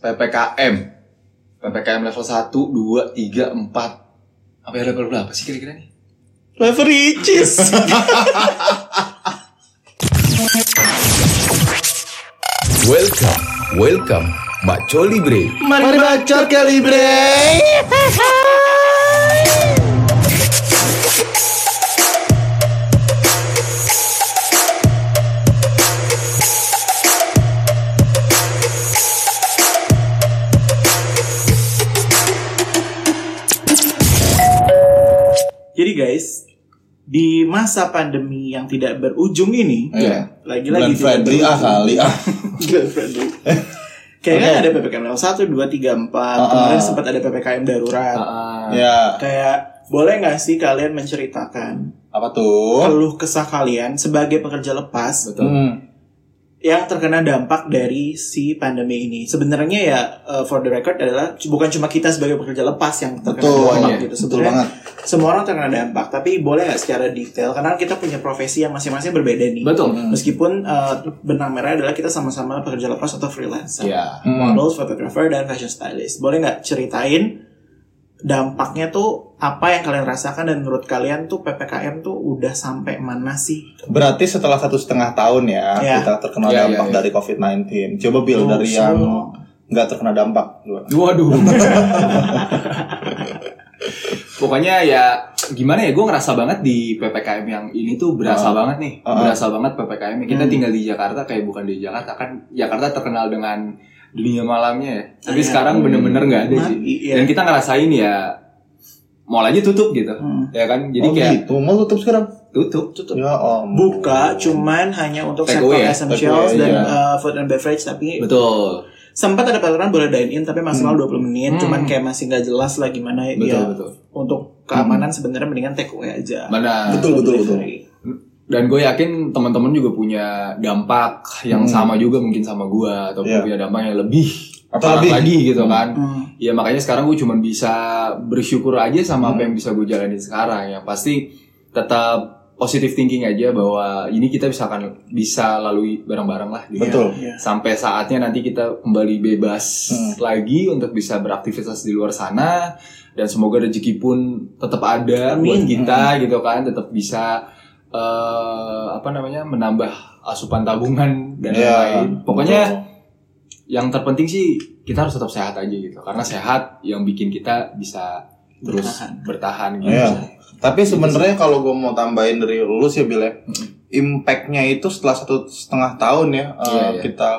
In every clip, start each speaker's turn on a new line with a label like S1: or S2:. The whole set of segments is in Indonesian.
S1: PPKM. PPKM level 1, 2, 3, 4. Apa ya level berapa sih kira-kira nih?
S2: Level ricis.
S3: Welcome, welcome, Baco Libre.
S2: Mari bacot kali bre. Jadi guys, di masa pandemi yang tidak berujung ini,
S1: Iya.
S2: lagi-lagi
S4: Bulan
S2: tidak
S4: friendly ah
S2: berujung.
S4: kali ah.
S2: Gila, friendly. Kayaknya ada PPKM level 1, 2, 3, 4 Kemarin sempat ada PPKM darurat
S1: Iya.
S4: ya,
S2: Kayak boleh nggak sih kalian menceritakan
S4: apa tuh?
S2: Keluh kesah kalian sebagai pekerja lepas
S1: Betul.
S4: Hmm.
S2: Yang terkena dampak dari si pandemi ini Sebenarnya ya eh, for the record adalah c- Bukan cuma kita sebagai pekerja lepas yang terkena
S4: Betul,
S2: dampak
S1: iya.
S2: gitu
S4: Betul
S2: Sebenarnya
S4: banget.
S2: semua orang terkena dampak Tapi boleh nggak secara detail Karena kita punya profesi yang masing-masing berbeda nih
S1: Betul.
S2: Meskipun eh, benang merah adalah kita sama-sama pekerja lepas atau freelancer
S1: Iya.
S4: Hmm.
S2: model, photographer, dan fashion stylist. Boleh nggak ceritain dampaknya tuh apa yang kalian rasakan dan menurut kalian tuh PPKM tuh udah sampai mana sih?
S4: Berarti setelah satu setengah tahun ya
S2: Iya.
S4: kita terkena
S1: Iya,
S4: dampak
S1: iya, iya.
S4: dari COVID-19. Coba Bill
S2: Oh,
S4: dari
S2: so-
S4: yang nggak terkena dampak. dulu.
S1: Waduh. Pokoknya ya gimana ya gue ngerasa banget di PPKM yang ini tuh berasa
S4: Ah.
S1: banget nih.
S4: Ah.
S1: Berasa banget PPKM. Ya, Kita
S2: Hmm.
S1: tinggal di Jakarta kayak bukan di Jakarta kan Jakarta terkenal dengan dunia malamnya ya. Tapi
S2: Iya.
S1: sekarang bener-bener nggak ada sih.
S2: Mati, ya.
S1: Dan kita ngerasain ya mall aja tutup gitu.
S2: Hmm.
S1: Ya kan? Jadi
S4: oh,
S1: kayak
S4: gitu. Mau tutup sekarang?
S1: tutup.
S2: Tutup.
S4: Ya om.
S2: Buka cuman hanya untuk
S1: Take
S2: sektor
S1: away ya?
S2: essentials
S4: Take away,
S2: dan
S4: iya.
S2: uh, food and beverage tapi
S1: Betul.
S2: sempat ada peraturan boleh dine in tapi maksimal 20 menit
S1: Hmm.
S2: cuman kayak masih nggak jelas lah gimana
S1: Betul,
S4: Iya.
S2: ya
S1: betul.
S2: untuk keamanan sebenarnya mendingan take away aja.
S1: Benar.
S4: Hmm. Betul, betul, betul.
S1: dan gue yakin teman-teman juga punya dampak yang
S4: Hmm.
S1: sama juga mungkin sama gue atau
S4: Iya.
S1: punya dampak yang lebih
S4: Atau
S1: parah
S4: lebih.
S1: lagi gitu kan
S2: Hmm.
S1: ya makanya sekarang gue cuman bisa bersyukur aja sama apa
S4: Hmm.
S1: yang bisa gue jalanin sekarang ya pasti tetap positive thinking aja bahwa ini kita bisa akan bisa lalui bareng-bareng lah gitu.
S4: Betul.
S2: Iya.
S1: sampai saatnya nanti kita kembali bebas
S4: Hmm.
S1: lagi untuk bisa beraktivitas di luar sana dan semoga rezeki pun tetap ada
S2: Amin.
S1: buat
S4: Hmm.
S1: kita gitu kan tetap bisa eh, apa namanya menambah asupan tabungan dan
S4: Iya,
S1: lain-lain pokoknya
S4: betul.
S1: yang terpenting sih kita harus tetap sehat aja gitu karena sehat yang bikin kita bisa terus
S2: Bertahan.
S1: bertahan, gitu
S4: Iya. Tapi sebenarnya kalau gue mau tambahin dari lu sih Bill ya, impactnya itu setelah satu setengah tahun ya eh,
S1: Iya, iya.
S4: kita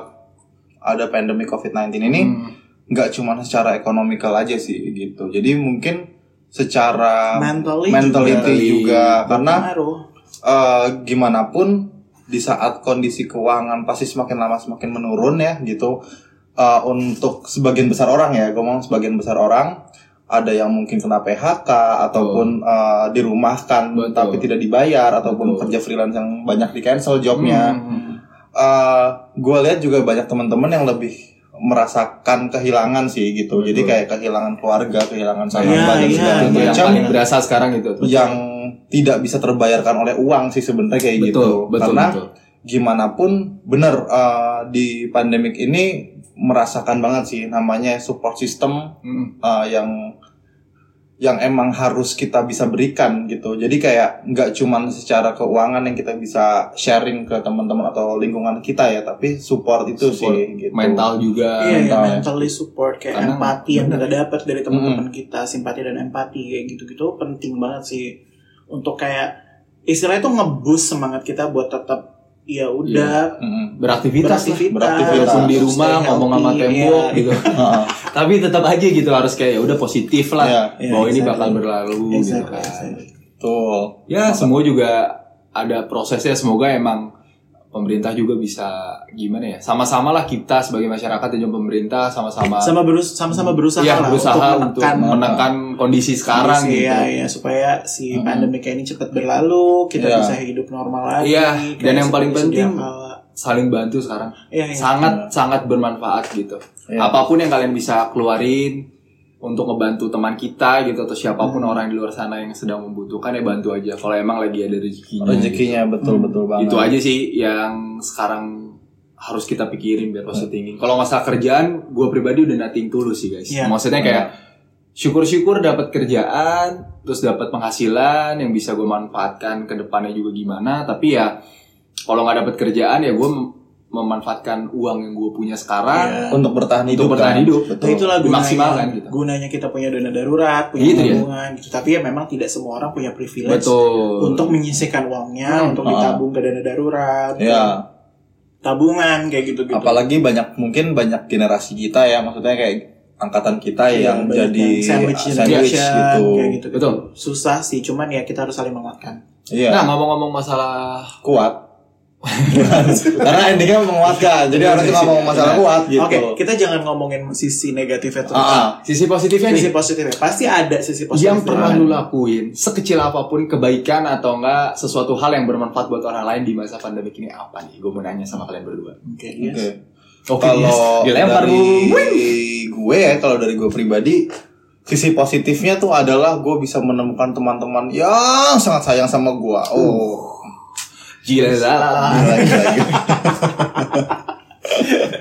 S4: ada pandemi COVID-19 ini
S1: Hmm,
S4: nggak cuma secara ekonomikal aja sih gitu. Jadi mungkin
S2: iya.
S4: secara
S2: Mentally
S4: mentality juga, karena
S2: Pengaruh.
S4: eh, gimana pun di saat kondisi keuangan pasti semakin lama semakin menurun ya gitu. Eh, untuk sebagian besar orang ya, gue ngomong sebagian besar orang ada yang mungkin kena PHK ataupun eh, dirumahkan
S1: Betul.
S4: tapi tidak dibayar ataupun
S1: Betul.
S4: kerja freelance yang banyak di cancel jobnya
S1: hmm,
S4: gue Eh, lihat juga banyak teman-teman yang lebih merasakan kehilangan sih gitu. Jadi
S1: Betul.
S4: kayak kehilangan keluarga, kehilangan sahabat
S2: Iya,
S4: dan
S2: iya.
S4: segala
S1: itu yang
S4: macam
S1: paling berasa sekarang itu
S4: yang tidak bisa terbayarkan oleh uang sih sebenarnya kayak gitu.
S1: betul betul
S4: Karena
S1: betul
S4: gimana pun bener eh, di pandemik ini merasakan banget sih namanya support system
S1: Hmm.
S4: eh, yang yang emang harus kita bisa berikan gitu. Jadi kayak nggak cuman secara keuangan yang kita bisa sharing ke teman-teman atau lingkungan kita ya, tapi support itu
S1: Support
S4: sih gitu.
S1: mental juga
S2: Iya, iya,
S4: mental ya.
S2: mentally support kayak
S1: Karena-
S2: empati yang kita dapat dari teman-teman kita, simpati dan empati kayak gitu-gitu penting banget sih untuk kayak istilahnya tuh ngebus semangat kita buat tetap ya udah
S1: Iya.
S4: Mm-mm.
S1: beraktivitas lah.
S2: beraktivitas,
S4: beraktivitas.
S1: walaupun di
S2: terus
S1: rumah
S2: stay
S1: ngomong sama
S2: healthy,
S1: tembok
S2: iya.
S1: gitu
S4: Heeh.
S1: tapi tetap aja gitu harus kayak ya udah positif lah
S4: Iya,
S2: iya,
S1: bahwa ini
S2: exactly.
S1: bakal berlalu gitu
S2: Exactly,
S1: kan
S2: exactly.
S4: Betul.
S1: ya semua juga ada prosesnya semoga emang pemerintah juga bisa gimana ya sama-sama lah kita sebagai masyarakat dan juga pemerintah sama-sama
S2: Sama berus sama-sama berusaha
S1: ya
S2: lah
S1: berusaha untuk
S2: untuk menekan
S1: menekan, kondisi sekarang gitu
S2: kondisi, ya, ya, supaya si
S4: Mm-mm.
S2: pandemi kayak ini cepat berlalu, kita
S4: Iya.
S2: bisa hidup normal lagi.
S1: Iya,
S2: kayak
S1: dan yang
S2: seperti
S1: paling penting,
S2: sedia kala.
S1: saling bantu sekarang
S2: Iya, iya.
S1: sangat sangat bermanfaat gitu
S4: Iya.
S1: apapun yang kalian bisa keluarin untuk ngebantu teman kita gitu atau siapapun orang di luar sana yang sedang membutuhkan ya bantu aja kalau emang lagi ada rezekinya
S4: Rezekinya betul
S2: Hmm.
S4: betul banget.
S1: itu aja sih yang sekarang harus kita pikirin biar positif thinking. Kalau masalah kerjaan, gue pribadi udah nothing tulus sih guys.
S2: Iya.
S1: Maksudnya kayak
S4: Ya.
S1: syukur-syukur dapat kerjaan, terus dapat penghasilan yang bisa gue manfaatkan ke depannya juga gimana. Tapi ya kalau nggak dapat kerjaan ya gue mem- memanfaatkan uang yang gue punya sekarang.
S2: Iya.
S4: Ya. untuk bertahan
S1: Untuk
S4: hidup.
S1: bertahan
S4: kan?
S1: hidup.
S4: Betul.
S2: Nah, itulah gunanya,
S1: Dimaksimalkan gitu.
S2: gunanya kita punya dana darurat, punya
S1: Gitu ya.
S2: tabungan gitu. Tapi ya memang tidak semua orang punya privilege
S1: Betul.
S2: Ya. untuk menyisihkan uangnya
S1: Hmm,
S2: untuk
S4: ah.
S2: ditabung ke dana darurat,
S4: Ya,
S2: tabungan kayak gitu-gitu.
S4: apalagi banyak mungkin banyak generasi kita ya, maksudnya kayak angkatan kita
S2: Iya,
S4: yang
S2: banyak
S4: jadi
S2: yang sandwich
S4: sandwich
S2: generation,
S4: gitu.
S2: kayak gitu.
S1: Betul.
S2: Susah sih, cuman ya kita harus saling menguatkan.
S4: Iya,
S1: Nah ngomong-ngomong masalah
S4: kuat. Karena endingnya menguatkan, jadi harus cuma ngomong masalah kuat gitu.
S2: Oke, kita jangan ngomongin sisi negatifnya terus.
S4: Ah,
S1: sisi positifnya nih.
S2: Sisi positifnya pasti ada sisi positifnya.
S1: yang
S4: ya.
S1: pernah lu lakuin sekecil apapun kebaikan atau enggak sesuatu hal yang bermanfaat buat orang lain di masa pandemi ini apa nih gue mau nanya sama kalian berdua
S2: Oke,
S4: oke.
S2: yes.
S1: Oke,
S4: Kalau
S1: yes. dilempar
S4: dari
S1: Bu.
S4: gue ya, kalau dari gue pribadi sisi positifnya tuh adalah gue bisa menemukan teman-teman yang sangat sayang sama gue. Oh,
S1: gila lah, lah, lah.
S4: gila, gila, gila.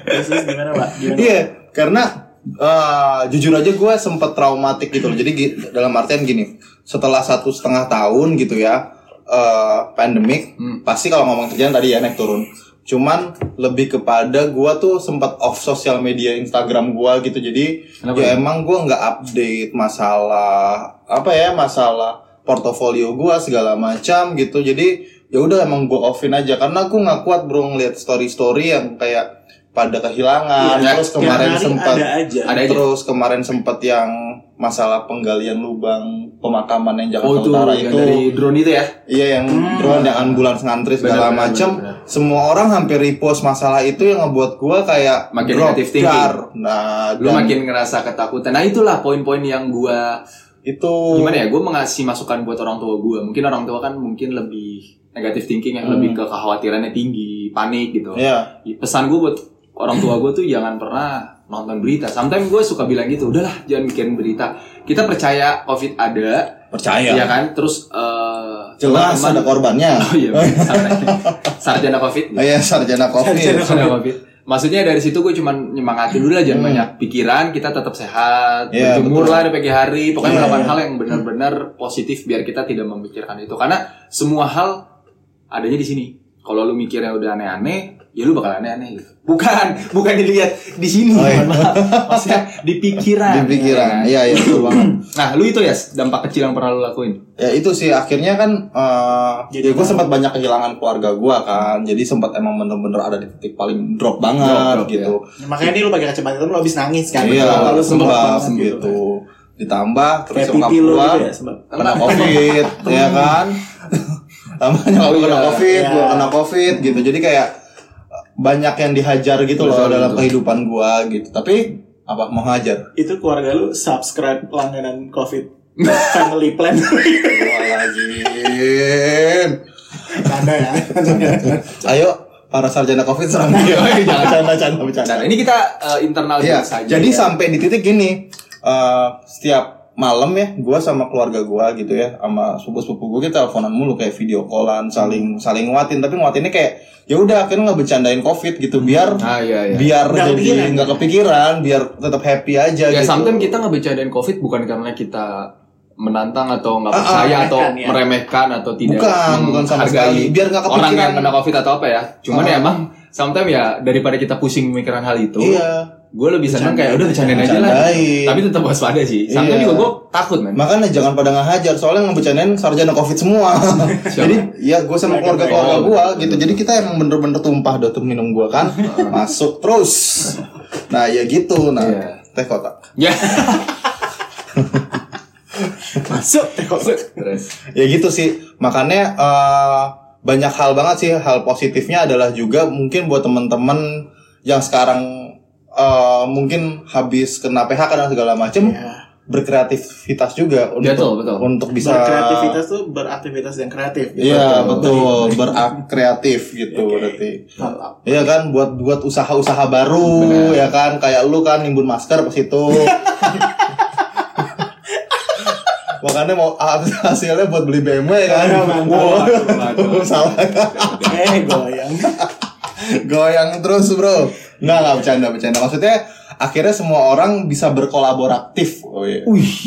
S2: Terus, terus gimana, Pak? Gimana?
S4: Iya, karena eh, jujur aja gue sempet traumatik gitu loh. Jadi gi- dalam artian gini, setelah satu setengah tahun gitu ya, eh pandemik,
S1: Hmm.
S4: pasti kalau ngomong kerjaan tadi ya naik turun. Cuman lebih kepada gue tuh sempat off sosial media Instagram gue gitu. Jadi
S1: Kenapa
S4: ya
S1: ya?
S4: emang gue nggak update masalah apa ya masalah portofolio gue segala macam gitu. Jadi ya udah emang gue offin aja karena gue nggak kuat bro ngeliat story-story yang kayak pada kehilangan
S1: Iya,
S4: terus
S2: Tiap
S4: kemarin
S2: hari
S4: sempat
S2: ada aja.
S1: ada aja
S4: terus kemarin sempat yang masalah penggalian lubang pemakaman yang
S1: oh
S4: Jakarta
S1: itu
S4: Utara
S1: yang
S4: itu
S1: dari drone itu ya
S4: iya yang
S2: Hmm.
S4: drone yang ambulans ngantri
S1: Benar,
S4: segala
S1: benar,
S4: macam
S1: benar,
S4: semua orang hampir repost masalah itu yang ngebuat gue kayak
S1: Makin
S4: drop
S1: negative thinking.
S4: dar. nah
S1: lu
S4: dan
S1: makin ngerasa ketakutan nah itulah poin-poin yang gua
S4: itu
S1: gimana ya gue mengasih masukan buat orang tua gua mungkin orang tua kan mungkin lebih negatif thinking yang
S4: Hmm.
S1: lebih ke kekhawatirannya tinggi panik gitu
S4: ya
S1: pesan gue buat orang tua gue tuh jangan pernah nonton berita. Sometimes gue suka bilang gitu, udahlah jangan mikirin berita. Kita percaya covid ada,
S4: percaya
S1: ya kan? Terus eh,
S4: Iya. jelas
S1: teman-teman-
S4: ada korbannya
S1: Oh iya, bener. sarjana covid.
S4: Oh iya, sarjana covid
S1: Sarjana covid. Maksudnya dari situ gue cuman nyemangatin dulu lah jangan banyak pikiran, kita tetap sehat,
S4: Hmm. Iya,
S1: berjemur
S4: betul.
S1: lah di pagi hari, pokoknya
S4: Iya,
S1: melakukan
S4: iya.
S1: hal yang benar-benar positif biar kita tidak memikirkan itu. Karena semua hal adanya di sini. Kalau lu mikirnya udah aneh-aneh, ya lu bakal aneh-aneh gitu. Bukan, bukan dilihat di sini,
S4: Oh, iya.
S1: mohon maaf. Maksudnya di pikiran.
S4: di pikiran iya iya betul banget
S1: Nah, lu itu ya dampak kecil yang pernah lu lakuin.
S4: ya itu sih akhirnya kan eh
S2: Jadi
S4: jadi gue sempat banyak kehilangan keluarga gue kan jadi sempat emang bener-bener ada di titik paling drop banget
S1: Drop, drop,
S4: gitu
S2: Ya, makanya nih lu pakai kacamata lu habis nangis kan?
S4: iya
S2: Lalu
S4: sembab
S2: banget ya.
S4: gitu ditambah terus
S2: Kayak
S4: nyokap
S2: pipi lu
S4: gua
S2: gitu ya, sembab.
S4: kena covid ya kan tambah
S1: Oh,
S4: nyokap gua kena
S1: iya.
S4: covid gua
S2: Iya.
S4: kena covid gitu jadi kayak banyak yang dihajar gitu loh
S1: Betul,
S4: dalam
S1: betul.
S4: kehidupan gue gitu tapi apa mau hajar
S2: Itu keluarga lu subscribe langganan COVID Family Plan.
S4: Gua lagi
S2: Tanda ya.
S4: Ayo para sarjana covid serang dia.
S1: Jangan.
S4: Canda, canda,
S1: Nah,
S4: bercanda.
S1: ini kita eh, internal
S4: Iya,
S1: jokes aja,
S4: jadi
S1: ya.
S4: sampai di titik gini, eh, setiap malam ya, gue sama keluarga gue gitu ya, sama sepupu-sepupu gue kita teleponan mulu kayak video callan,
S1: Hmm.
S4: saling saling nguatin, tapi nguatinnya kayak ya udah akhirnya nggak bercandain covid gitu, biar
S1: Ah iya iya.
S4: biar
S2: Nggak kepikiran.
S4: jadi nggak kepikiran, biar tetap happy aja
S1: Ya
S4: gitu.
S1: sometimes kita ngebecandain covid bukan karena kita menantang atau nggak
S4: Ah, ah,
S1: percaya atau
S2: meremehkan ya.
S1: meremehkan atau tidak
S4: Bukan, bukan sama
S1: menghargai
S4: sekali. Biar nggak
S1: orang
S4: kepikiran.
S1: yang kena covid atau apa ya cuman
S4: Ah.
S1: ya emang sometimes ya daripada kita pusing mikiran hal itu
S4: Iya.
S1: gue lebih seneng kayak udah bercandain aja lah
S4: Bercandain.
S1: tapi tetap waspada sih sometimes
S4: Iya.
S1: juga gue takut men
S4: Makanya jangan pada ngehajar soalnya yang bercandain sarjana covid semua. Jadi ya gue sama keluarga keluarga gue gitu. Jadi kita emang bener-bener tumpah dah tuh minum gue kan masuk terus. Nah ya gitu. Nah
S1: Iya.
S4: teh kotak.
S1: ya
S2: Masuk.
S4: eh,
S1: terus
S4: Ya gitu sih. Makanya eh, banyak hal banget sih hal positifnya adalah juga mungkin buat temen-temen yang sekarang eh, mungkin habis kena PHK dan segala macem
S2: Ya.
S4: berkreativitas juga untuk
S1: Iya. Betul, betul.
S4: untuk bisa
S2: Berkreativitas tuh beraktivitas yang kreatif. gitu.
S4: Iya betul, berak kreatif gitu
S2: Oke.
S4: berarti.
S2: Mantap.
S4: Iya kan buat buat usaha-usaha baru ya kan kayak lu kan nimbun masker pas itu. Makanya mau hasilnya buat
S2: Iya,
S4: beli BMW ya kan.
S2: Aduh, mantap.
S4: Wow. Salah.
S2: Eh goyang.
S4: Goyang terus bro. Nggak nggak bercanda bercanda. Maksudnya akhirnya semua orang bisa berkolaboratif. Oh, iya.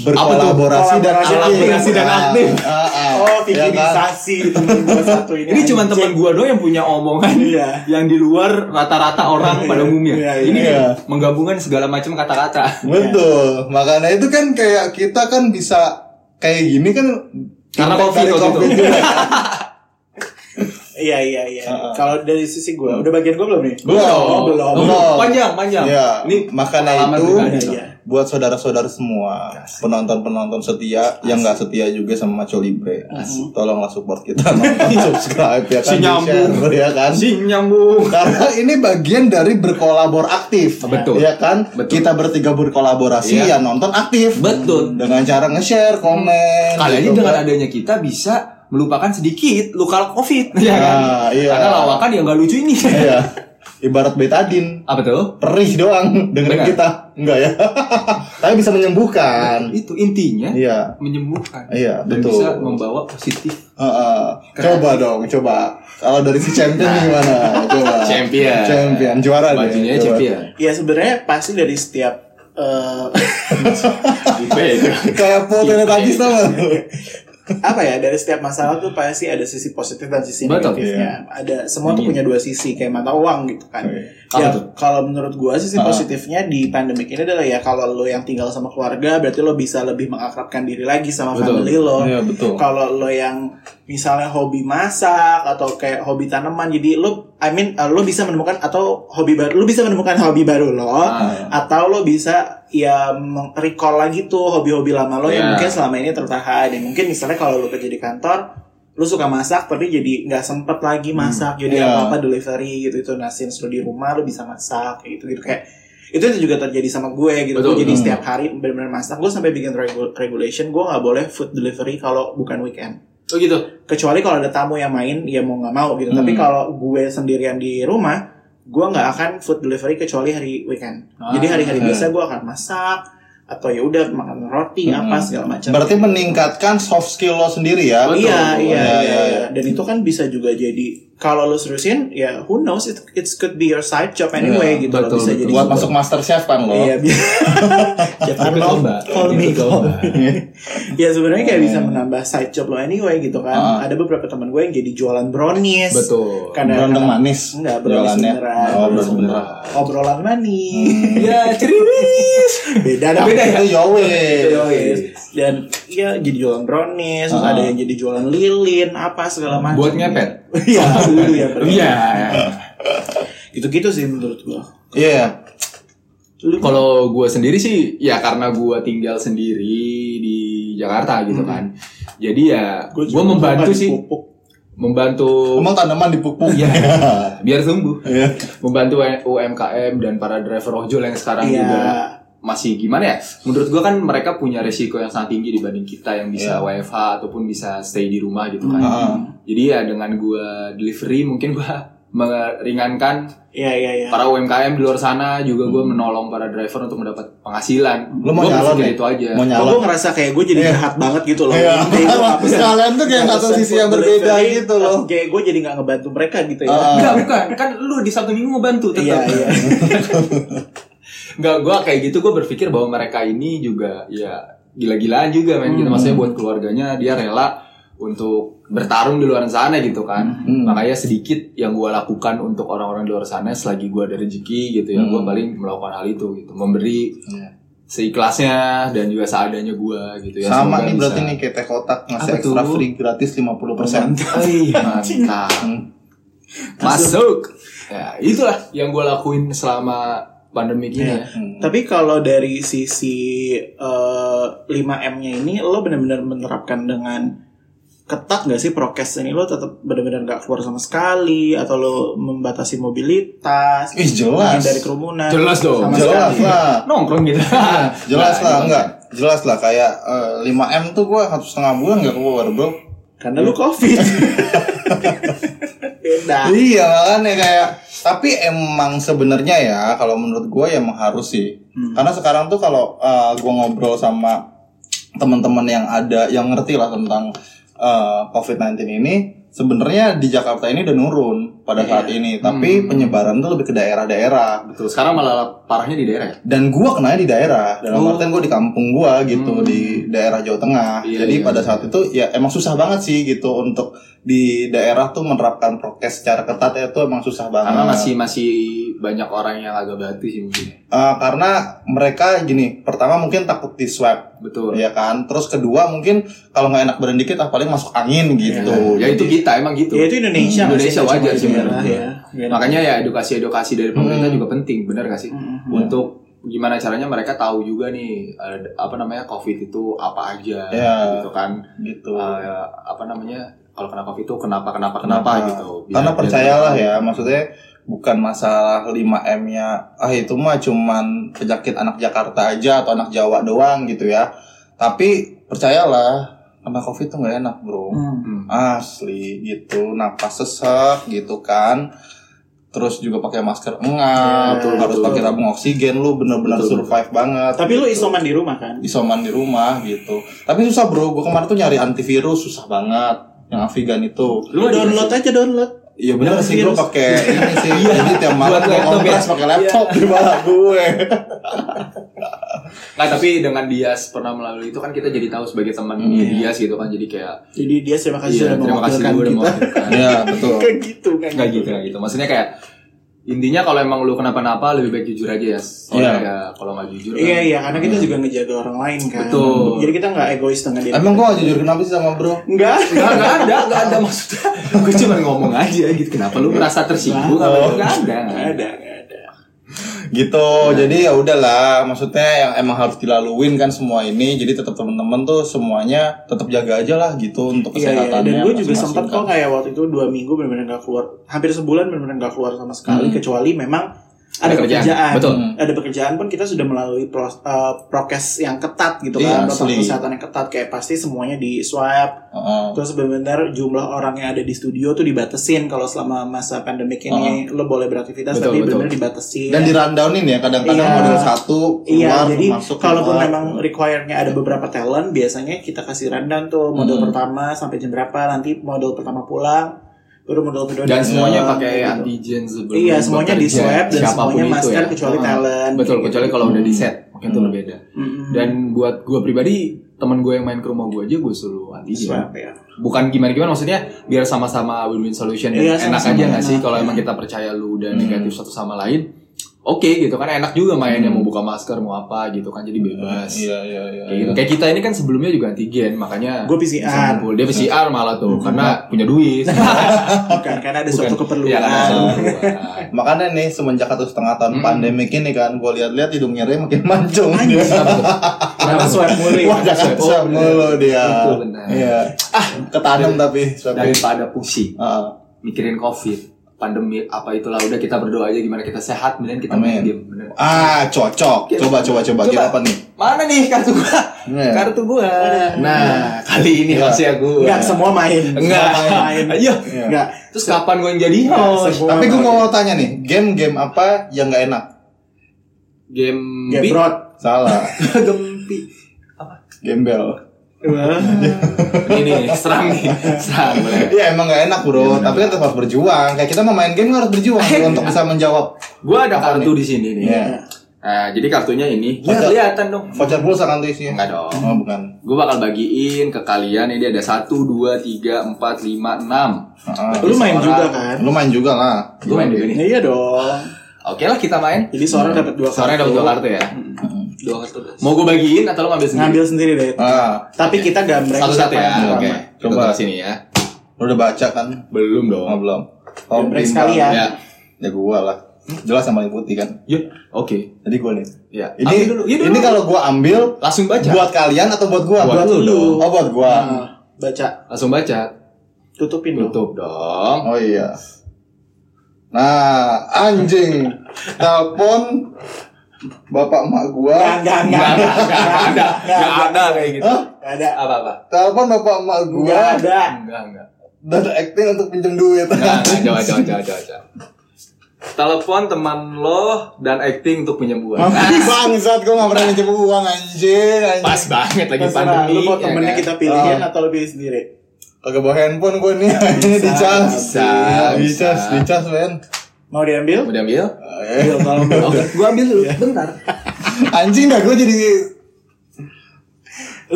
S4: Berkolaborasi dan
S2: Kolaborasi,
S4: aktif.
S2: kolaborasi dan
S4: Ah,
S2: aktif.
S4: ah, ah.
S2: Oh,
S4: Iya kan?
S2: figurisasi temen gue satu ini.
S1: Ini cuma
S2: anjing.
S1: teman gua doang yang punya omongan
S2: Iya.
S1: yang di luar rata-rata orang pada umumnya.
S2: Iya, iya,
S1: Ini
S4: iya.
S1: menggabungkan segala macam kata-kata.
S4: Betul. Makanya itu kan kayak kita kan bisa kayak gini kan
S1: Karena
S4: impact
S1: Covid
S4: dari
S1: waktu itu.
S4: juga.
S2: Iya iya iya.
S4: Heeh.
S2: Kalau dari sisi gue, udah bagian gue belum nih?
S4: Belum.
S2: Oh, belum.
S4: Belum.
S1: Panjang, panjang. Ya.
S4: Iya.
S1: Ini
S4: makanya
S1: pengalaman
S4: itu
S1: pribadi,
S2: iya.
S4: buat saudara-saudara semua, penonton-penonton setia yang nggak setia juga sama Colibre. Tolonglah support kita nonton, subscribe
S1: Iya.
S4: ya kan,
S1: Si nyambung.
S4: di-share, ya kan.
S1: sing nyambung.
S4: Karena ini bagian dari berkolabor aktif.
S1: Betul.
S4: Ya kan?
S1: Betul.
S4: Kita bertiga berkolaborasi
S1: Iya.
S4: ya nonton aktif.
S1: Betul.
S4: Dengan cara nge-share, komen.
S1: Kali aja
S4: gitu
S1: dengan
S4: kan.
S1: adanya kita bisa melupakan sedikit luka covid, ya kan?
S4: Ah, iya.
S1: Karena lawakan yang gak lucu ini.
S4: Iya. Ibarat betadin,
S1: Apa tuh?
S4: perih doang dengerin
S1: Benar.
S4: kita. Enggak ya. Tapi bisa menyembuhkan.
S1: Itu intinya
S4: Iya.
S1: menyembuhkan.
S4: Iya,
S1: Dan
S4: betul.
S1: bisa membawa positif.
S4: Heeh. Coba dong, coba. Kalau dari si champion gimana? Coba.
S1: Nah. Champion.
S4: Champion juara deh,
S1: Bajunya
S4: coba.
S1: champion.
S2: Ya sebenarnya pasti dari setiap eh,
S1: Iya,
S4: Kayak foto teletubbies tau gak?
S2: apa ya dari setiap masalah tuh pasti ada sisi positif dan sisi
S1: Betul.
S2: negatifnya. Ada semua
S1: Iya.
S2: tuh punya dua sisi kayak mata uang gitu kan.
S4: Iya.
S2: Ya
S1: Apa tuh?
S2: kalau menurut gua sisi
S4: Ah.
S2: positifnya di pandemik ini adalah ya kalau lo yang tinggal sama keluarga berarti lo bisa lebih mengakrabkan diri lagi sama
S1: Betul.
S2: family lo.
S4: Iya, betul.
S2: Kalau lo yang misalnya hobi masak atau kayak hobi tanaman jadi lo I mean uh, lo bisa menemukan atau hobi baru lo bisa menemukan hobi baru lo
S4: Nah.
S1: Ah.
S2: atau lo bisa ya meng- recall lagi tuh hobi-hobi lama lo
S1: Yeah.
S2: yang mungkin selama ini tertahan ya mungkin misalnya kalau lo kerja di kantor lo suka masak tapi jadi nggak sempet lagi
S1: Hmm,
S2: masak jadi
S1: iya.
S4: yeah.
S2: apa apa delivery gitu itu nasin lo di rumah lo bisa masak kayak gitu gitu kayak itu juga terjadi sama gue gitu
S1: Betul.
S2: gue jadi
S4: Hmm.
S2: setiap hari benar-benar masak gue sampai bikin regu- regulation gue nggak boleh food delivery kalau bukan weekend
S1: Oh gitu.
S2: kecuali kalau ada tamu yang main ya mau nggak mau gitu tapi
S4: Hmm.
S2: kalau gue sendirian di rumah gue nggak akan food delivery kecuali hari weekend
S1: Ah.
S2: jadi hari-hari
S4: Hmm.
S2: biasa gue akan masak atau ya udah makan roti
S4: Hmm.
S2: apa segala macam
S4: Berarti meningkatkan soft skill lo sendiri ya.
S1: Betul.
S2: iya, iya,
S4: Iya,
S2: iya,
S4: iya,
S2: iya. Dan itu kan bisa juga jadi kalau lo seriusin, ya who knows it, it could be your side job anyway
S1: Iya,
S2: gitu loh
S1: betul,
S2: bisa
S1: betul.
S2: jadi
S4: Ya, Buat masuk master chef kan lo.
S2: Iya, bi-
S4: Ya,
S1: Ikut lomba.
S2: call me,
S1: Ikut
S2: call
S1: lomba.
S2: ya sebenarnya kayak bisa
S4: Hmm.
S2: menambah side job lo anyway gitu
S4: Ah.
S2: kan. Ada beberapa teman gue yang jadi jualan brownies.
S1: Betul.
S4: Iya.
S2: Karena-
S4: Berondong
S2: karena-
S4: manis.
S2: Enggak, brownies
S4: Jualannya.
S2: beneran.
S4: Oh, brownies beneran.
S2: obrolan manis.
S1: Ya, ceriwis.
S2: beda dah
S1: Beda ya?
S4: Itu Yowe.
S2: Yowes. dan ya jadi jualan brownies terus
S4: iya. Ah.
S2: ada yang jadi jualan lilin apa segala macam
S1: Buat ngepet.
S2: iya dulu ya
S1: Iya.
S2: gitu gitu sih menurut gua
S4: Iya.
S2: Lu-
S1: Kalau gue sendiri sih, ya karena gue tinggal sendiri di Jakarta gitu kan. Jadi ya,
S2: Hmm. gua
S1: gue
S2: juga
S1: membantu
S2: sama
S1: sih,
S2: dipupuk.
S1: membantu.
S4: Emang tanaman dipupuk.
S1: Iya, biar tumbuh.
S4: Iya.
S1: Membantu UMKM dan para driver ojol yang sekarang
S2: Iya.
S1: juga masih gimana ya? Menurut gua kan mereka punya resiko yang sangat tinggi dibanding kita yang bisa
S2: Iya.
S1: WFH ataupun bisa stay di rumah gitu kan.
S2: Hmm.
S4: Heeh.
S1: Jadi ya dengan gua delivery mungkin gua meringankan
S2: iya iya iya
S1: para UMKM di luar sana juga gua menolong para driver untuk mendapat penghasilan.
S4: Hmm. Lu mau
S1: Gua
S4: nyalon
S1: berpikir
S4: ya?
S1: itu aja.
S4: Mau
S2: Kalau
S4: nyalon.
S2: gue ngerasa kayak gue jadi
S4: Iya.
S2: jahat banget gitu loh.
S4: Iya.
S2: Jadi gua nggak pesen-
S4: Sekalian tuh kayak
S2: nggak
S4: satu
S2: pesen
S4: sisi
S2: food
S4: yang berbeda
S2: delivery,
S4: gitu loh.
S2: Kayak gue jadi nggak ngebantu mereka gitu ya.
S4: Ah.
S1: Enggak bukan, kan lu di satu minggu ngebantu
S2: Iya
S1: tetap.
S2: iya.
S1: Enggak, gue kayak gitu gue berpikir bahwa mereka ini juga ya gila-gilaan juga main
S4: Hmm.
S1: gitu. Maksudnya buat keluarganya dia rela untuk bertarung di luar sana gitu kan.
S4: Hmm.
S1: Makanya sedikit yang gue lakukan untuk orang-orang di luar sana selagi gue ada rezeki gitu ya. Gue
S4: Hmm.
S1: paling melakukan hal itu gitu. Memberi
S4: Iya.
S1: seikhlasnya dan juga seadanya gue gitu ya. Semoga
S4: Sama nih
S1: bisa-
S4: berarti nih kayak teh kotak ngasih
S1: Apa tuh?
S4: extra free gratis 50%.
S1: Ih,
S4: Iya.
S1: mantap.
S4: Hmm.
S1: Masuk. Ya, itulah yang gue lakuin selama pandemi ini
S2: Iya.
S1: ya.
S2: Tapi kalau dari sisi eh, 5M-nya ini lo benar-benar menerapkan dengan ketat nggak sih prokes ini lo tetap benar-benar nggak keluar sama sekali atau lo membatasi mobilitas
S4: Ih, jelas.
S2: dari kerumunan
S1: Jelas dong.
S2: sama
S4: Jelas
S2: sekali.
S4: lah.
S1: Nongkrong gitu. Nah,
S4: Jelas lah
S1: gitu.
S4: enggak. Jelas lah kayak eh, 5M tuh gua satu setengah bulan enggak keluar, Bro.
S2: karena lo covid beda
S4: Iya, makanya kayak tapi emang sebenarnya ya kalau menurut gua ya emang harus sih.
S1: Hmm.
S4: Karena sekarang tuh kalau eh, gua ngobrol sama teman-teman yang ada yang ngerti lah tentang eh, COVID-19 ini, sebenarnya di Jakarta ini udah nurun. pada saat ini.
S1: Iya.
S4: Tapi
S1: Hmm.
S4: penyebaran tuh lebih ke daerah-daerah.
S1: Betul. Sekarang malah parahnya di daerah ya?
S4: Dan gua kenanya di daerah. Dalam
S1: Oh.
S4: artian gua di kampung gua gitu
S1: Hmm.
S4: di daerah Jawa Tengah.
S1: Iya, iya,
S4: Jadi
S1: iya.
S4: pada saat itu ya emang susah banget sih gitu untuk di daerah tuh menerapkan prokes secara ketat ya itu emang susah banget.
S1: Karena masih masih banyak orang yang agak batu sih mungkin. ya.
S4: Eh, karena mereka gini, pertama mungkin takut di swab
S1: Betul.
S4: ya kan. Terus kedua mungkin kalau nggak enak badan dikit ah paling masuk angin gitu.
S1: Ya itu kita emang gitu.
S2: Ya
S4: Iya.
S2: itu Indonesia.
S1: Hmm,
S2: nggak sih?
S1: Indonesia
S2: Nggak cuma
S1: wajar
S2: di
S1: sih
S2: daerah,
S1: menurut
S2: ya.
S1: Makanya ya edukasi-edukasi dari pemerintah
S4: Hmm.
S1: juga penting, benar gak sih?
S2: Mm-mm.
S1: Untuk gimana caranya mereka tahu juga nih eh, apa namanya COVID itu apa aja
S4: Iya.
S1: gitu kan?
S4: gitu.
S1: Eh, apa namanya kalau kena COVID itu kenapa kenapa kenapa,
S4: Kenapa?
S1: gitu? Biar-
S4: Karena
S1: biar-
S4: percayalah ya,
S1: iya.
S4: maksudnya bukan masalah 5M-nya, ah itu mah cuman penyakit anak Jakarta aja atau anak Jawa doang gitu ya. Tapi percayalah, kena Covid tuh nggak enak bro.
S2: Hmm.
S1: Hmm.
S4: Asli gitu, napas sesek gitu kan. Terus juga pakai masker
S2: Iya,
S4: engap,
S2: betul,
S4: harus
S1: betul.
S4: pakai tabung oksigen, lu bener-bener
S1: Betul,
S4: survive banget.
S2: Tapi lu
S4: gitu.
S2: isoman di rumah kan?
S4: isoman di rumah gitu. Tapi susah bro, gue kemarin tuh nyari antivirus susah banget yang Avigan itu.
S2: Lu download aja download.
S4: Iya benar
S2: Yang
S4: sih gue
S2: virus.
S4: pakai ini sih.
S2: Iya.
S4: Jadi tiap malam
S1: Buat
S4: gue
S1: laptop
S4: kompres
S1: ya?
S4: pakai laptop di malah gue.
S1: Nah tapi dengan Dias pernah melalui itu kan kita jadi tahu sebagai teman
S4: Iya.
S1: Dias gitu kan jadi kayak
S2: Jadi dia terima kasih
S1: iya,
S2: sudah
S1: terima kasih
S2: Hmm. mewakilkan
S1: dulu udah
S2: kita.
S1: mewakilkan.
S4: Iya betul.
S2: Kayak gitu kan.
S1: Nggak gitu, nggak gitu. Maksudnya kayak intinya kalau emang lu kenapa-napa lebih baik jujur aja ya. Soalnya
S4: Iya.
S1: ya kalau nggak jujur kan-
S2: Iya iya karena kita juga ngejaga orang lain kan.
S1: Betul.
S2: Jadi kita nggak egois dengan diri.
S4: Emang gue jujur kenapa sih sama bro?
S2: Enggak.
S1: Nggak, nggak ada, nggak ada maksudnya. Gue cuma ngomong aja gitu. Kenapa lu merasa tersinggung? Nggak
S4: Oh.
S1: nggak ada.
S2: Nggak ada nggak ada.
S4: Gitu.
S2: Iya.
S4: Jadi ya udahlah. Maksudnya yang emang harus dilaluin kan semua ini. Jadi tetap temen-temen tuh semuanya tetap jaga aja lah gitu untuk
S2: Iya iya.
S4: kesehatannya.
S2: Dan gue juga
S4: masing-masing
S2: sempat
S4: kan.
S2: kok kayak waktu itu dua minggu benar-benar nggak keluar. Hampir sebulan benar-benar nggak keluar sama sekali kecuali memang ada kerjaan.
S1: Betul.
S4: Hmm.
S2: Ada pekerjaan pun kita sudah melalui pros- eh, prokes yang ketat gitu kan,
S4: Iya,
S2: protokol
S4: asli.
S2: kesehatan yang ketat kayak pasti semuanya di swab,
S4: Heeh.
S2: Terus benar jumlah orang yang ada di studio tuh dibatesin kalau selama masa pandemik ini lo boleh beraktivitas
S1: Betul,
S2: tapi
S1: betul.
S2: benar dibatasin.
S4: Dan di rundownin ya kadang-kadang
S2: Iya.
S4: model satu
S2: Iya,
S4: keluar
S2: jadi
S4: masuk
S2: kalaupun
S4: keluar.
S2: memang require-nya ada beberapa talent, biasanya kita kasih rundown tuh model
S4: Hmm.
S2: pertama sampai jam berapa, nanti model pertama pulang, baru model kedua
S1: Dan
S2: datang,
S1: semuanya
S2: gitu.
S1: pakai antigen sebelum
S2: Iya, semuanya di
S1: bekerja.
S2: swab dan
S1: Siapapun
S2: semuanya
S1: itu
S2: masker
S1: ya.
S2: kecuali
S1: Ah,
S2: talent.
S1: Betul,
S2: gitu.
S1: kecuali kalau udah di set, mungkin itu
S4: Hmm.
S1: berbeda.
S2: Mm-mm.
S1: Dan buat gue pribadi, temen gue yang main ke rumah gue aja gue suruh antigen.
S4: Iya.
S2: swab ya.
S1: Bukan gimana-gimana, maksudnya biar sama-sama win-win solution dan
S2: Iya,
S1: enak
S2: sama-sama
S1: aja nggak sih
S2: enak.
S1: kalau
S2: Iya.
S1: emang kita percaya lu udah
S4: Hmm.
S1: negatif satu sama lain. Oke gitu kan enak juga mainnya mau
S4: Hmm.
S1: buka masker mau apa gitu kan jadi bebas.
S4: Iya iya iya.
S1: Kayak gitu. Kayak kita ini kan sebelumnya juga antigen, makanya
S2: Gue
S1: bisa
S2: PCR.
S1: ngumpul.
S4: Iya.
S1: Dia PCR malah tuh
S4: Hmm.
S1: karena punya duit.
S2: Bukan, karena ada suatu keperluan.
S1: Iya, karena ada suatu keperluan.
S4: iya. Makanya nih semenjak satu setengah tahun
S1: Hmm.
S4: pandemik ini kan gue lihat-lihat hidungnya Ray makin mancung. dia.
S1: Kenapa tuh? Kenapa
S2: Karena
S1: tuh?
S2: swab mulu ya.
S4: Wah jangan
S1: Swab.
S4: swab mulu dia.
S1: Itu benar.
S4: Iya. Ah, ketanam tapi swabnya.
S1: Daripada pusing
S4: Ah,
S1: mikirin COVID, pandemi apa itulah udah kita berdoa aja gimana kita sehat, kemudian kita main
S4: Amin.
S1: game. Bener.
S4: ah, cocok. Coba coba coba. Kira apa nih?
S1: Mana nih kartu gua?
S4: Iya.
S1: Kartu gua. Nah, kali ini
S4: Iya.
S1: harusnya gua.
S2: Enggak, semua main.
S1: Enggak.
S2: Semua main.
S1: Ayo.
S4: Iya.
S2: Enggak.
S1: Terus kapan gua yang jadi Oh, host?
S2: Semua
S4: Tapi gue
S2: main.
S4: mau tanya nih, game-game apa yang nggak enak?
S1: Game
S2: Game Broad.
S4: Salah,
S2: Iya,
S1: Gempi.
S4: gembel.
S1: Iya. Ini nih, serang nih. Serang boleh.
S4: Iya emang nggak enak bro, tapi kan tetap harus berjuang. Kayak kita mau main game harus berjuang bro, untuk bisa menjawab.
S1: Gue ada
S4: Apa
S1: kartu di sini nih.
S4: Iya.
S1: Nah, jadi kartunya ini.
S4: Lihat,
S1: Lihat, kelihatan dong.
S4: Voucher pulsa kan tuh isinya?
S1: Enggak dong.
S4: Oh bukan.
S1: Gue bakal bagiin ke kalian. Ini ada 1, 2, 3, 4, 5, 6.
S4: Ah,
S2: Lu main
S1: Seorang.
S2: juga kan?
S4: lu main juga lah.
S1: Gue main juga nih.
S2: Ya, iya dong.
S1: Oke lah kita main.
S2: Jadi seorang dapat dua kartu.
S1: Soalnya dapat dua kartu ya.
S2: Dua kartu.
S1: Mau gue bagiin atau lo ngambil sendiri?
S2: Ngambil sendiri deh.
S4: Ah,
S2: Tapi kita gambreng
S1: Satu-satu
S2: siapa
S1: ya.
S2: yang pertama.
S1: Oke.
S4: Coba.
S1: Coba sini ya.
S4: lu udah baca kan?
S1: Belum
S4: Oh,
S1: dong.
S4: belum.
S2: Break
S4: bimbang.
S2: sekalian.
S1: Ya.
S4: Ya gua lah. Jelas sama putih kan.
S1: Yuk. Oke.
S4: Jadi gua nih.
S1: Ya.
S4: Ini
S1: Ambil dulu. Iya dulu.
S4: ini kalau gua ambil
S1: langsung baca.
S4: buat kalian atau buat gua?
S1: Buat lu dong.
S4: Oh, buat gua.
S2: Nah, baca.
S1: Langsung baca.
S2: Tutupin dong.
S1: Tutup dong.
S4: Oh iya. Nah, anjing. Telepon bapak emak gua.
S2: Enggak, enggak, enggak.
S1: Enggak ada, enggak ada,
S2: Enggak
S1: enggak ada, enggak ada kayak gitu.
S4: Hah?
S2: Enggak ada.
S1: Apa-apa?
S4: Telepon bapak emak gua
S2: Enggak ada.
S1: Enggak, enggak.
S4: dan acting untuk pinjem duit.
S1: Nah, jauh, jauh, jauh, jauh, jauh. Telepon teman lo dan acting untuk pinjam uang.
S4: Ih, Bangsat gua gak pernah minjem uang anjing, anjing.
S1: Pas banget lagi
S2: Terserah,
S1: pandemi.
S2: lu mau
S1: ya
S2: temennya
S1: kan?
S2: kita pilihin atau lu pilih sendiri?
S4: Kagak bawa handphone gue nih, ini
S2: Bisa,
S4: dicas.
S1: bisa, bisa.
S4: Dicas, dicas, men. Eh,
S2: Mau diambil?
S1: Mau diambil? Iya,
S2: Ambil tolong.
S1: Gue ambil dulu, bentar.
S4: Anjing dah gue jadi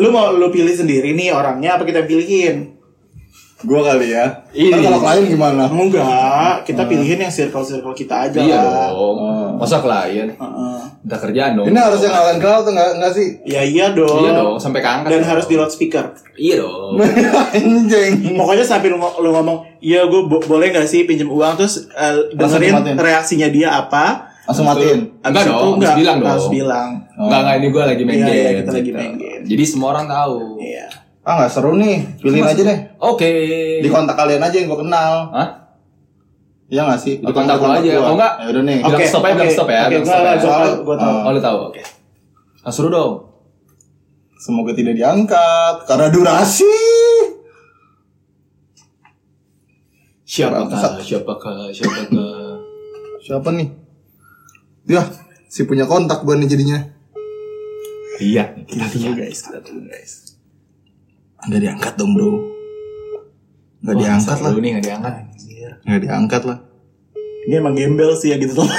S2: Lu mau lu pilih sendiri nih orangnya apa kita pilihin?
S4: gue kali ya.
S1: Ini.
S4: Ntar kalau klien gimana?
S2: Enggak, kita pilihin yang circle-circle kita aja.
S1: Ah. Iya
S2: lah.
S1: dong. Masa klien?
S2: Heeh.
S1: Udah kerjaan dong.
S4: Ini harus yang ngalahin kenal tuh nggak nggak sih?
S2: Ya iya dong.
S1: Iya dong, sampai keangkat.
S2: Dan harus di loudspeaker.
S1: Iya dong.
S4: Anjing.
S2: Pokoknya sampai lu, ngo- lu ngomong, iya gue bo- boleh nggak sih pinjem uang terus eh,
S4: Langsung
S2: dengerin
S4: dimatiin.
S2: reaksinya dia apa?
S4: Langsung matiin.
S1: Enggak
S2: itu
S1: dong, harus bilang dong.
S2: Harus bilang.
S1: Enggak, enggak, ini gue lagi main
S2: Iya,
S1: game.
S2: iya, kita lagi main game.
S1: Jadi semua orang tahu.
S2: Iya.
S4: Ah nggak seru nih, pilihin aja deh.
S1: Oke.
S4: Di kontak kalian aja yang gue kenal.
S1: Hah?
S4: Iya nggak sih?
S1: Di kontak gua aja. Kalau nggak-
S4: ya udah nih.
S1: Bilang stop ya, bilang stop ya,
S2: Oke,
S1: bilang
S2: gua-
S1: stop ya.
S2: gua- gua- gua tahu.
S1: Oh, lu tahu. Oke. Nah, suruh dong.
S4: Semoga tidak diangkat karena durasi.
S1: Siapakah?
S4: Bangsat.
S1: Siapakah? Siapakah?
S4: Siapa nih? Yah, si punya kontak gue nih jadinya.
S1: Iya, kita
S4: Tunggu guys, kita tunggu guys. Nggak diangkat dong bro. Nggak diangkat lah.
S1: Lu nih nggak diangkat.
S4: Nggak diangkat lah.
S2: Dia emang gembel sih ya gitu tuh.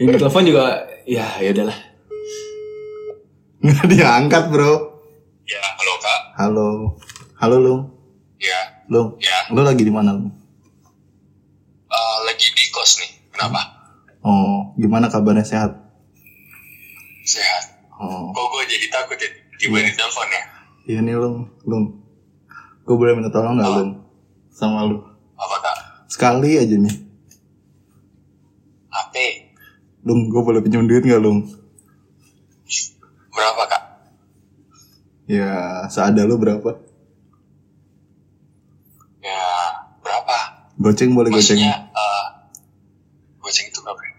S1: Ini telepon juga ya ya udahlah.
S4: Nggak diangkat bro.
S5: Ya, halo kak.
S4: Halo, halo lu,
S5: Ya,
S4: lu,
S5: Ya.
S4: lu lagi di mana lu?
S5: eh, lagi di kos nih. Kenapa?
S4: Oh, gimana kabarnya sehat?
S5: Sehat.
S4: Oh,
S5: Kok gue jadi takut ya? Tiba di telepon ya?
S4: iya nih lu, lu. Gue boleh minta tolong
S5: Oh.
S4: nggak lu? Sama lu.
S5: Apa kak?
S4: Sekali aja nih.
S5: HP?
S4: Lung, gue boleh pinjam duit nggak, Lung?
S5: Berapa kak?
S4: Ya, seada lu berapa?
S5: Ya, berapa?
S4: Goceng boleh goceng?
S5: Maksudnya, eh, goceng itu berapa? ya?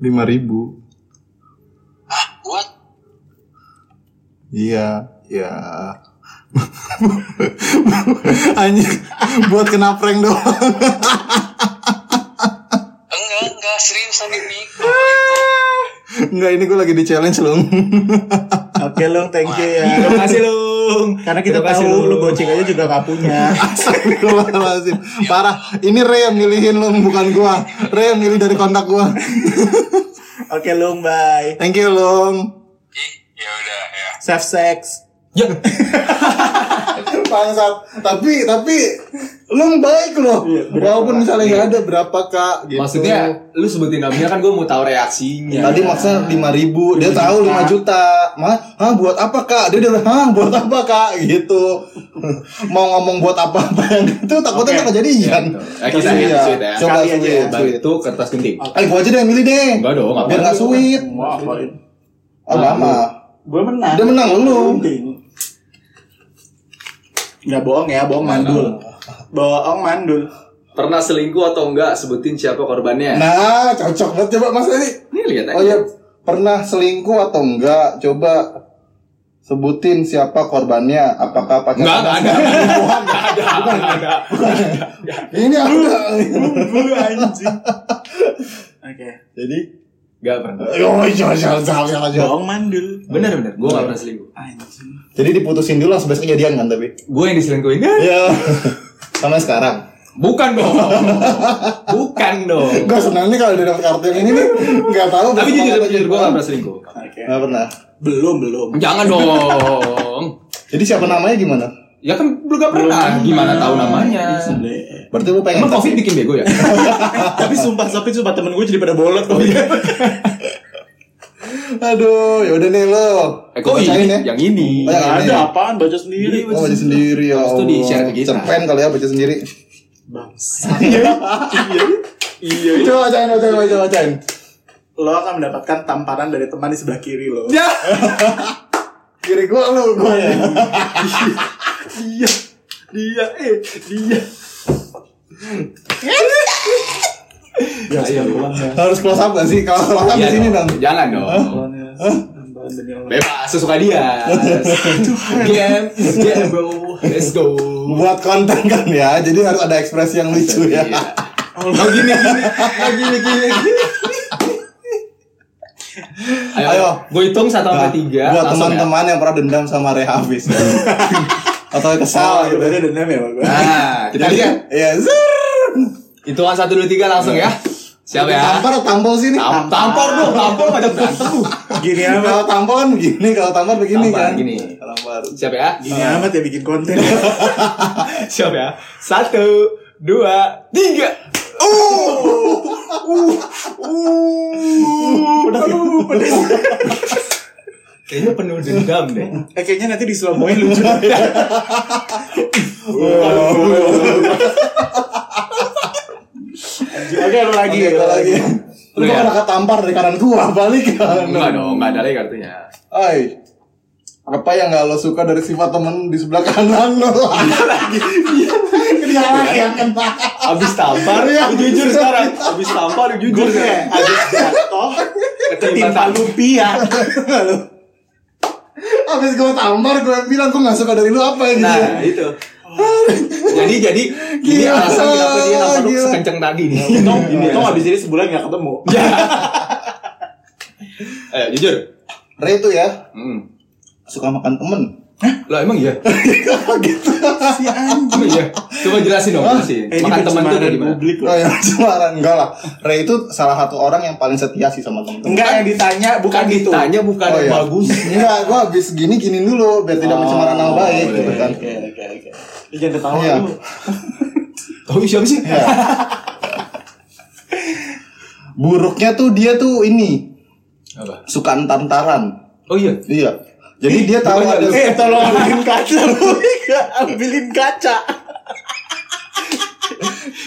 S4: Lima ribu.
S5: Hah, buat?
S4: Iya, ya. Anjing, buat kena prank doang.
S5: Enggak, enggak. Seriusan ini. Itu.
S4: Enggak, ini gue lagi di challenge, Lung.
S2: Oke Lung, thank you ya.
S1: Terima kasih, Lung.
S2: Karena kita
S1: Terima kasih,
S2: tahu lu
S1: Lung.
S2: goceng aja juga gak punya.
S5: Ya
S4: Astagfirullahaladzim. Parah, ini Ray yang milihin, Lung, bukan gua. Ray yang milih dari kontak gua.
S2: Oke Lung, bye.
S4: Thank you, Lung.
S5: Ih, ya udah ya.
S2: Safe sex.
S1: Ya.
S4: Bangsat. Tapi, tapi Lung baik loh. Walaupun misalnya nggak ada berapa, Kak, gitu.
S1: Maksudnya lu sebutin namanya kan gue mau tahu reaksinya.
S4: Tadi maksudnya lima ribu, dia tahu lima juta. Malah, hah buat apa kak? Dia udah, bilang, hah buat apa kak? Gitu. Mau ngomong buat apa-apa yang itu takutnya
S2: Oke.
S4: nggak jadi
S1: ya,
S4: kan?
S1: gitu. ya kita ya,
S4: Iya.
S1: sweet ya.
S4: Coba
S2: Kali aja
S4: sweet,
S2: ya.
S4: sweet.
S1: Bantu kertas gunting.
S2: Oke.
S4: Eh, gua aja deh yang milih deh.
S1: Enggak dong, apa?
S4: Biar nggak sweet. Oh,
S2: Wah, apain?
S4: Apa apa?
S2: Gue menang.
S4: Dia menang, lu.
S2: Nggak bohong ya, bohong mandul. Bohong mandul.
S1: Pernah selingkuh atau enggak sebutin siapa korbannya?
S4: Nah, cocok banget coba mas tadi.
S1: Ini lihat aja.
S4: Oh ya, pernah selingkuh atau enggak? Coba sebutin siapa korbannya apakah pacar
S1: Enggak, enggak ada.
S4: Bukan,
S1: Enggak ada. Enggak ada.
S4: ini aku
S2: Lu anjing. Ya. Oke.
S4: jadi
S1: Enggak pernah.
S4: oh jangan jangan jangan jangan
S2: Bohong mandul.
S1: Bener bener, gue
S4: Iya.
S1: gak pernah selingkuh.
S2: Anjing.
S4: Jadi diputusin dulu langsung besok kejadian kan tapi?
S1: Gue yang diselingkuhin. Ya,
S4: Iya. Sama sekarang.
S1: Bukan dong. Bukan dong.
S4: Gue senang nih kalau udah dapet kartu yang ini nih. Gak tau.
S1: Tapi
S4: besok
S1: jujur jujur gue
S4: bakal kejadian.
S1: gak pernah selingkuh.
S2: Oke.
S4: Nggak pernah.
S2: Belum, belum.
S1: Jangan dong.
S4: Jadi siapa namanya gimana?
S1: Ya kan lu gak pernah. Gimana tahu namanya?
S4: Iya. Berarti lu pengen.
S1: Emang covid bikin bego ya?
S2: Tapi sumpah, tapi sumpah temen gue jadi pada bolot kok.
S4: Aduh, yaudah nih lo.
S1: Eh, kok
S4: Bacain
S1: ini?
S4: ya.
S1: Yang ini.
S4: Oh,
S2: Iya,
S4: yang ini.
S2: Ada apaan baca sendiri.
S4: Oh, baca sendiri ya.
S1: Terus tuh
S4: Allah.
S1: di-share ke kita.
S4: Cerpen kali ya baca sendiri.
S2: Bangsa. Iya.
S4: Coba bacain, bacain, bacain, bacain.
S2: Lo akan mendapatkan tamparan dari teman di sebelah kiri lo.
S1: Ya.
S4: Kiri gua lu, gua ya.
S1: Dia. Dia. Eh. Dia.
S2: iya, Ya, ya, pulangnya.
S4: Harus close up gak sih? Kalau close up Oh,
S1: Iya
S4: di sini
S1: dong.
S4: dong.
S1: Jangan dong.
S2: Pulangnya. Tamparan demi Allah.
S1: Bebas sesuka dia. Game is game bro. Let's go.
S4: Buat konten kan ya, jadi harus ada ekspresi yang lucu ya.
S1: Iya. Oh gini gini. Oh gini gini. gini. Ayo,
S4: Ayo.
S1: gue hitung satu sampai tiga.
S4: Buat Nah, Ah,
S1: langsung ya.
S4: teman-teman yang pernah dendam sama Ray Hafiz. atau
S1: Oh,
S4: kesal gitu.
S1: iya.
S2: berarti dendam ya sama gue.
S1: Nah, kita
S4: Jadi
S1: lihat.
S4: ya zur.
S1: Hitungan satu dua tiga langsung ya. Siap ya?
S4: Tampar atau tampol sih nih?
S1: Tam- Tampar dong, tampar ada berantem lu.
S2: Gini amat,
S4: Kalau tampol kan begini, kalau tampar begini
S1: Tampar
S4: kan.
S1: gini.
S4: Tampar.
S1: Siap ya?
S2: gini amat ya bikin konten.
S1: Siap ya? Satu, dua, tiga. Uh, uh, uh, aduh, pedes. Kayaknya penuh dendam deh.
S2: Eh, kayaknya nanti di Surabaya lucu. Oke, lu lagi,
S4: Oke,
S2: lu
S4: kalau
S2: lagi.
S4: lagi.
S1: Lu
S4: Lu
S1: ya?
S4: kan kata tampar dari kanan gua balik kan.
S1: Enggak dong, enggak ada lagi kartunya.
S4: Oi. Apa yang gak lo suka dari sifat temen di sebelah kanan lo? lagi. Dia lagi kan, yang kena.
S1: Abis tampar, ya.
S4: Iya.
S1: jujur sekarang. Abis tampar, jujur ya. sekarang.
S2: Gue kayak habis jatuh
S1: Ketimpa
S2: ketimpa lumpia.
S4: Abis gua tampar, gua yang bilang gua gak suka dari lu apa ya gitu.
S1: Nah, itu. jadi jadi ini
S4: Gila,
S1: alasan kenapa dia nampar lu
S4: gila.
S1: sekenceng tadi nih.
S2: Untung, untung habis ini sebulan gak ketemu.
S1: Eh, jujur.
S4: Re itu ya,
S1: Hmm.
S4: suka makan temen.
S1: Lah emang iya?
S4: gitu.
S2: Si anjing.
S1: Emang iya? Coba jelasin dong, jelasin.
S2: Eh, ini
S1: Makan teman tuh
S2: pencemaran
S1: kayak gimana?
S2: publik
S4: Oh
S2: loh.
S4: ya, cemaran. Enggak lah. Re itu salah satu orang yang paling setia sih sama temen-temen.
S2: Enggak yang ditanya bukan gitu.
S1: Kan Ditanya bukan
S4: Oh, iya.
S1: bagus.
S4: Enggak, gua habis gini gini dulu biar
S2: Oh,
S4: tidak mencemari nama
S2: iya,
S4: baik gitu kan.
S2: Oke, oke, oke. Lu iya, Eh, Jangan ketawa
S4: Iya.
S2: lu.
S1: Tahu Oh, iya, siapa sih?
S4: Ya. Buruknya tuh dia tuh ini
S1: Apa?
S4: suka entar-entaran.
S1: Oh iya.
S4: Iya. Jadi dia tahu
S1: bukan
S4: ada
S2: Eh, tolong ambilin kaca lu. ambilin kaca.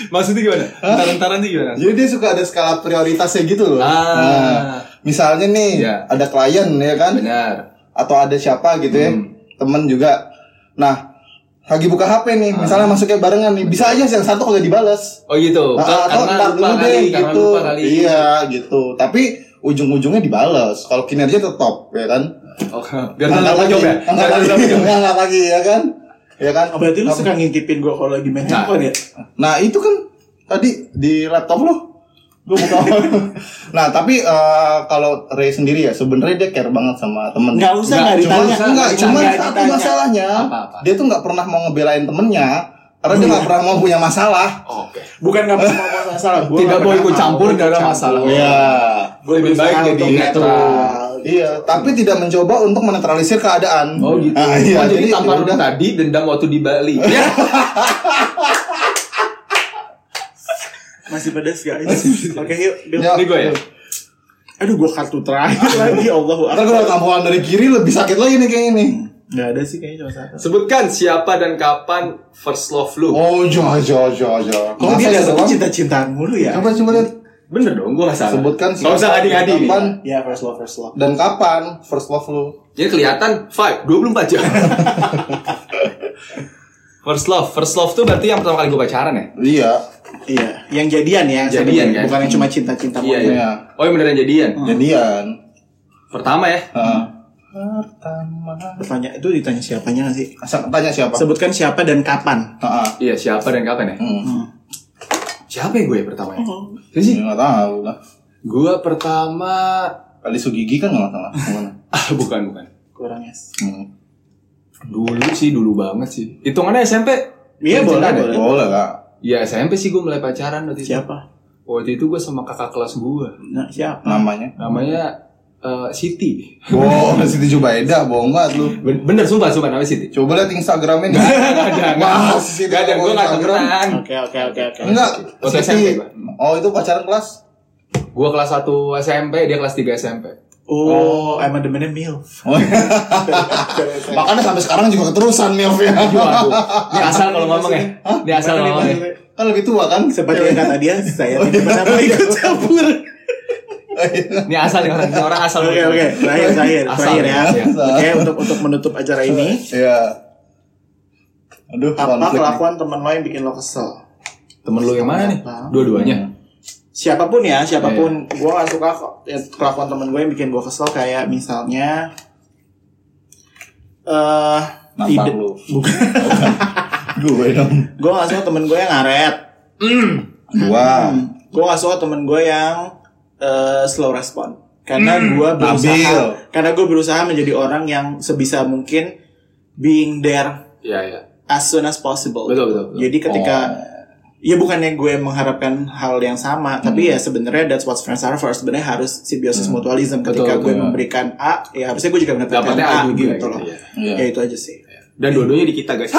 S1: Maksudnya gimana? Entar-entaran tuh gimana?
S4: Jadi dia suka ada skala prioritasnya gitu loh. Nah,
S1: Ah.
S4: misalnya nih
S1: Iya.
S4: ada klien ya kan
S1: Benar. Hmm.
S4: atau ada siapa gitu ya, temen juga. Nah, lagi buka HP nih,
S1: Ah.
S4: misalnya masuknya barengan nih, bisa aja yang satu kagak dibalas.
S1: Oh gitu.
S4: Nah,
S1: Ka-
S4: atau
S1: karena
S4: ntar
S1: lupa
S4: dulu
S1: kali,
S4: deh
S1: karena
S4: gitu.
S1: lupa kali.
S4: Iya, gitu. Tapi ujung-ujungnya dibales. Kalau kinerja tetap, ya kan?
S1: Oh, biar tanggal
S4: lagi,
S1: jawab ya.
S4: angkat
S1: Biar
S4: lagi,
S1: tanggal jawab.
S4: angkat lagi, ya kan? Ya kan?
S2: Ah, Oh, Berarti lu
S4: Nah,
S2: suka ngintipin gua kalau lagi main
S1: Nah.
S2: handphone ya?
S4: Nah, itu kan tadi di laptop lo. Gue buka apa? nah, tapi eh, kalau Ray sendiri ya, sebenarnya dia care banget sama temen.
S2: Enggak usah
S1: Nggak,
S2: enggak
S1: cuma-
S2: ditanya.
S1: usah,
S4: Enggak,
S1: nggak
S4: cuman
S2: ditanya,
S4: satu
S2: ditanya.
S4: masalahnya,
S1: Apa-apa?
S4: dia tuh nggak pernah mau ngebelain temennya, karena dia
S2: Iya.
S4: nggak pernah mau punya masalah.
S1: Oke.
S2: Bukan enggak mau ngomong masalah. Gua
S1: Tidak
S2: nggak
S1: mau
S2: pernah
S1: ikut campur dalam masalah.
S2: Gua
S1: Lebih
S2: berusaha
S1: baik jadi
S2: untuk
S1: netral.
S4: Iya, tapi tidak mencoba untuk menetralisir keadaan.
S1: Oh gitu.
S4: Ah, iya,
S1: oh, jadi,
S4: jadi
S1: tampar
S4: udah.
S1: tadi dendam waktu di Bali. Ya.
S2: Masih pedas guys. Oke, yuk. Bill.
S4: Ya.
S1: Ini gue ya.
S2: Aduh, gua kartu terakhir lagi. Allahu
S4: Ntar gue
S2: akbar.
S4: tampolan dari kiri lebih sakit lagi nih kayaknya nih.
S2: Enggak ada sih kayaknya cuma satu.
S1: Sebutkan siapa dan kapan first love lu.
S4: Oh, jo jo jo jo.
S2: Kok
S4: Masa
S2: dia
S4: ya,
S2: dapat
S4: doang?
S2: cinta-cintaan mulu ya?
S4: Coba coba lihat.
S1: Bener dong, gue gak salah.
S4: Sebutkan
S1: Gak usah ngadi-ngadi. nih.
S4: kapan
S2: Ya, first love, first love.
S4: dan kapan first love lu.
S1: Jadi kelihatan vibe 24 jam. first love, first love tuh berarti yang pertama kali gue pacaran ya?
S4: Iya.
S2: Iya, yang jadian ya.
S1: Jadian,
S2: sebenarnya.
S1: kan?
S2: Bukan yang cuma cinta-cinta mulu.
S4: iya.
S1: Oh yang beneran jadian.
S4: Hmm. Jadian.
S1: Pertama ya.
S4: Heeh. Pertama.
S2: Bertanya itu ditanya siapanya nggak sih?
S4: Sa- Tanya siapa?
S2: Sebutkan siapa dan kapan.
S4: Heeh.
S1: Iya siapa dan kapan ya?
S4: Hmm.
S1: Siapa ya gue ya pertama ya? Siapa sih?
S4: Ya, nggak tahu lah.
S1: Gue pertama...
S4: Kali Sugigi kan nggak masalah. Gimana?
S1: Ah bukan, bukan.
S2: Kurang es.
S4: Hmm.
S1: Dulu sih, dulu banget sih. Hitungannya SMP?
S2: Iya, boleh,
S1: Cintaan ya?
S2: boleh.
S4: Boleh kak.
S1: Iya SMP sih gue mulai pacaran waktu itu.
S2: Siapa?
S1: Waktu itu gue sama kakak kelas gue.
S2: Nah, siapa?
S4: Namanya.
S1: Namanya eh, Siti.
S4: Bohong, Siti Jubaida, bohong banget lu.
S1: Ben- Bener sumpah sumpah namanya Siti.
S4: Coba lihat Instagramnya nih. Gak
S1: ada, nggak
S4: Wah,
S1: ada.
S4: Siti
S1: Nggak ada,
S4: ngomong
S1: gue gak
S4: Instagram.
S1: temenan.
S2: Oke, oke, oke, oke.
S4: Enggak.
S1: Waktu SMP,
S4: Siti.
S1: Pak.
S4: Oh itu pacaran kelas?
S1: Gue kelas 1 SMP, dia kelas 3 SMP.
S2: Oh, emang demennya milf.
S4: Oh, Makanya sampai sekarang juga keterusan Milf ya.
S1: Waduh, ini asal kalau ngomong ya. Ini asal
S2: Gimana nih,
S1: ngomong ya.
S2: Mas?
S4: Kan lebih tua kan?
S2: Seperti yang kata dia, saya tidak pernah mau ikut campur.
S1: Ini asal nih orang, ini orang asal.
S2: Oke, oke. Terakhir, terakhir,
S1: Asal,
S2: terakhir ya.
S1: iya.
S2: Oke, untuk untuk menutup acara ini,
S4: Iya. Aduh,
S2: apa
S4: konflik. nih.
S2: kelakuan teman lo yang bikin lo kesel?
S1: Temen lu yang mana nih?
S2: Iya.
S1: Dua-duanya.
S2: siapapun ya siapapun gue gak suka kok, ya, kelakuan temen gue yang bikin gue kesel kayak misalnya eh
S4: Nampar lu.
S2: bukan
S4: Gue dong.
S2: gue gak suka temen gue yang ngaret
S4: Hmm. Gua.
S2: gue gak suka temen gue yang eh, slow respon karena gue berusaha
S4: labil.
S2: karena gue berusaha menjadi orang yang sebisa mungkin being there
S1: Iya, iya.
S2: as soon as possible.
S1: Betul, betul. betul.
S2: Jadi ketika
S1: Oh.
S2: ya bukannya gue mengharapkan hal yang sama,
S1: Hmm.
S2: tapi ya sebenarnya that's what friends are for. Sebenarnya harus simbiosis mutualism. Ketika
S1: Betul,
S2: gue
S1: betul.
S2: memberikan A, ya harusnya gue juga mendapatkan
S1: Dapatnya
S2: A,
S1: A juga
S2: gitu
S1: gitu
S2: loh.
S1: ya.
S4: Iya.
S2: Ya itu aja sih.
S1: Dan dua-duanya di kita, guys.